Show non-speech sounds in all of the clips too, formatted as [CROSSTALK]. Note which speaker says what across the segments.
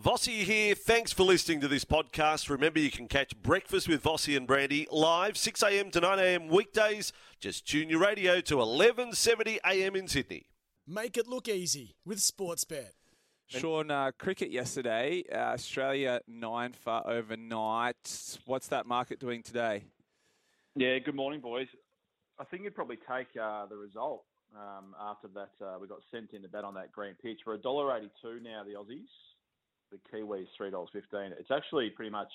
Speaker 1: Vossi here. Thanks for listening to this podcast. Remember, you can catch Breakfast with Vossi and Brandy live 6 a.m. to 9 a.m. weekdays. Just tune your radio to 11:70 a.m. in Sydney.
Speaker 2: Make it look easy with Sportsbet.
Speaker 3: Sean, uh, cricket yesterday, uh, Australia nine for overnight. What's that market doing today?
Speaker 4: Yeah, good morning, boys. I think you'd probably take uh, the result um, after that. Uh, we got sent in to bet on that green pitch. We're $1.82 now, the Aussies. The Kiwis, $3.15. It's actually pretty much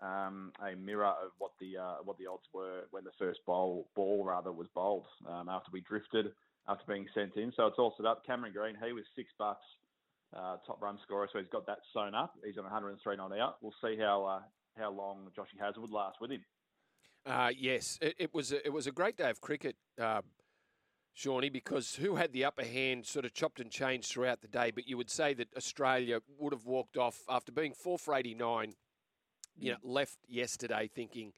Speaker 4: um, a mirror of what the uh, what the odds were when the first bowl, ball rather was bowled um, after we drifted after being sent in. So it's all set up. Cameron Green, he was six bucks, uh, top run scorer. So he's got that sewn up. He's on 103 not out. We'll see how uh, how long Joshy Hazlewood lasts with him.
Speaker 5: Uh, yes, it, it was a, it was a great day of cricket, um, Shawnee, because who had the upper hand sort of chopped and changed throughout the day. But you would say that Australia would have walked off after being four for eighty nine. You know, left yesterday thinking,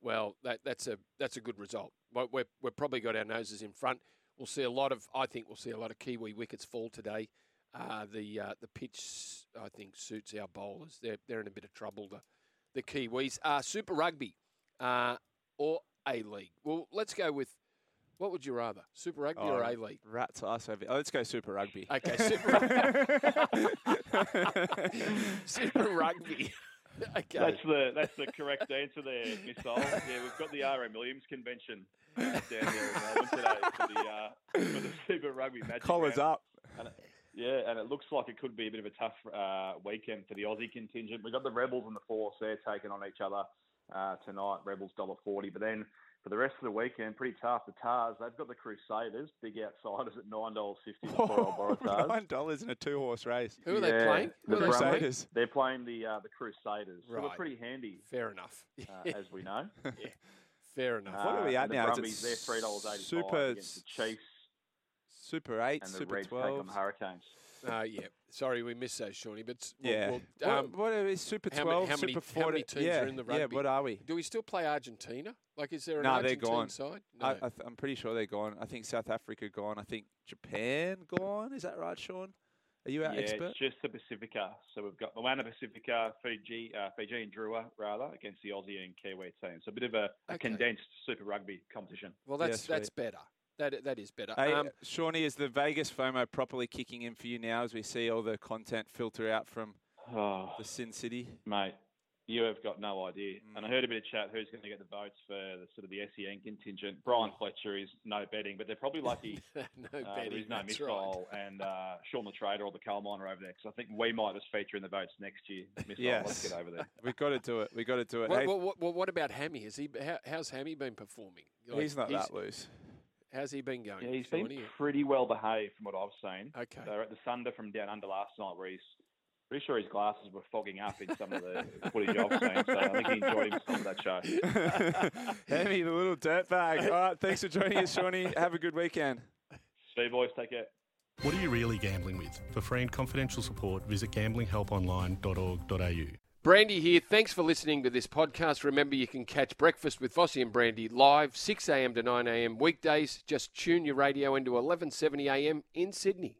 Speaker 5: well, that, that's a that's a good result. We're, we're we're probably got our noses in front. We'll see a lot of I think we'll see a lot of Kiwi wickets fall today. Uh, the uh, the pitch I think suits our bowlers. They're they're in a bit of trouble. The the Kiwis. Uh, Super Rugby uh, or A League? Well, let's go with what would you rather, Super Rugby or A League?
Speaker 3: Rats us over.
Speaker 5: Oh,
Speaker 3: Let's go Super Rugby.
Speaker 5: Okay, Super, [LAUGHS] Super Rugby. [LAUGHS] Okay.
Speaker 4: That's the
Speaker 3: [LAUGHS]
Speaker 4: that's the correct answer there, Miss Ole. Yeah, we've got the RM Williams convention down there in Melbourne today for the, uh, for the [LAUGHS] Super Rugby Magic
Speaker 3: Collars
Speaker 4: Round. [LAUGHS]
Speaker 3: up.
Speaker 4: Yeah, and it looks like it could be a bit of a tough uh, weekend for the Aussie contingent. We've got the Rebels and the Force there taking on each other uh, tonight. Rebels dollar forty, but then for the rest of the weekend, pretty tough. The Tars they've got the Crusaders, big outsiders at nine dollars fifty.
Speaker 3: [LAUGHS]
Speaker 4: The poor old Waratahs.
Speaker 3: Nine dollars in a two horse race.
Speaker 5: Who are they playing?
Speaker 4: The
Speaker 5: Who are they playing?
Speaker 3: Crusaders.
Speaker 4: They're playing the uh, the Crusaders, who are
Speaker 5: Right.
Speaker 4: pretty handy
Speaker 5: Fair enough.
Speaker 4: uh, as we know.
Speaker 5: [LAUGHS] Fair enough.
Speaker 3: What are we
Speaker 4: Uh,
Speaker 3: at
Speaker 4: and
Speaker 3: now? Is
Speaker 4: The
Speaker 3: it
Speaker 4: Brumbies, they're three dollars eighty-five
Speaker 3: Super-
Speaker 4: against the Chiefs
Speaker 3: Super eight,
Speaker 4: and the
Speaker 3: Super
Speaker 4: Reds take on
Speaker 3: twelve.
Speaker 4: the Hurricanes.
Speaker 5: Uh, yeah. Sorry, we missed those, Shawnee. But s- we'll-
Speaker 3: Yeah.
Speaker 5: we'll- um,
Speaker 3: what, what are we? Super
Speaker 5: how ma-
Speaker 3: twelve,
Speaker 5: how many-
Speaker 3: Super
Speaker 5: how
Speaker 3: four.
Speaker 5: many teams
Speaker 3: yeah,
Speaker 5: are in the
Speaker 3: Yeah,
Speaker 5: rugby?
Speaker 3: what are we?
Speaker 5: do we still play Argentina? Like, is there an
Speaker 3: No, they're
Speaker 5: Argentine
Speaker 3: gone.
Speaker 5: side?
Speaker 3: I, I th- I'm pretty sure they're gone. I think South Africa gone. I think Japan gone. Is that right, Sean? Are you our
Speaker 4: yeah,
Speaker 3: expert?
Speaker 4: it's just the Pacifica. So we've got Moana Pacifica, Fiji, uh, Fiji and Drua rather against the Aussie and Kiwi teams. So a bit of a, a
Speaker 5: Okay.
Speaker 4: condensed Super Rugby competition.
Speaker 5: well,
Speaker 3: Yeah,
Speaker 5: that's
Speaker 3: sweet.
Speaker 5: that's better. That i- that is better.
Speaker 3: Hey,
Speaker 5: um,
Speaker 3: uh, Shawnee, is the Vegas FOMO properly kicking in for you now as we see all the content filter out from
Speaker 4: Oh,
Speaker 3: the Sin City?
Speaker 4: mate, you have got no idea.
Speaker 3: Mm.
Speaker 4: And I heard a bit of chat who's going to get the votes for the, sort of the SEN contingent. Brian
Speaker 3: Mm.
Speaker 4: Fletcher is no betting, but they're
Speaker 3: [LAUGHS]
Speaker 4: probably lucky.
Speaker 5: [LAUGHS] no
Speaker 4: Uh,
Speaker 5: [LAUGHS]
Speaker 4: there
Speaker 5: betting.
Speaker 4: is no
Speaker 5: that's right.
Speaker 4: missile [LAUGHS] and uh, Sean the Trader or the coal miner over there because I think we might just feature in the votes next year. Missile, let's
Speaker 3: Yes.
Speaker 4: get over there.
Speaker 3: We've got to do it. We've got to do it.
Speaker 5: What,
Speaker 3: Hey,
Speaker 5: what, what, what, what about Hammy? Has he? How, how's Hammy been performing? Like,
Speaker 3: he's not that loose. [LAUGHS]
Speaker 5: How's he been going?
Speaker 4: Yeah, he's
Speaker 5: Shawnee?
Speaker 4: been pretty well behaved from what I've seen.
Speaker 5: Okay.
Speaker 4: They were at the Sunder from down under last night where he's pretty sure his glasses were fogging up in some of the footage I've seen. So I think he enjoyed himself at that show.
Speaker 3: Hemi, the little dirtbag. All right, thanks for joining us, Shawnee. Have a good weekend.
Speaker 4: Steve, boys, take care.
Speaker 6: What are you really gambling with? For free and confidential support, visit gamblinghelponline.org.au.
Speaker 5: Brandy here. Thanks for listening to this podcast. Remember, you can catch Breakfast with Vossi and Brandy live 6 a.m. to 9 a.m. weekdays. Just tune your radio into 11:70 a.m. in Sydney.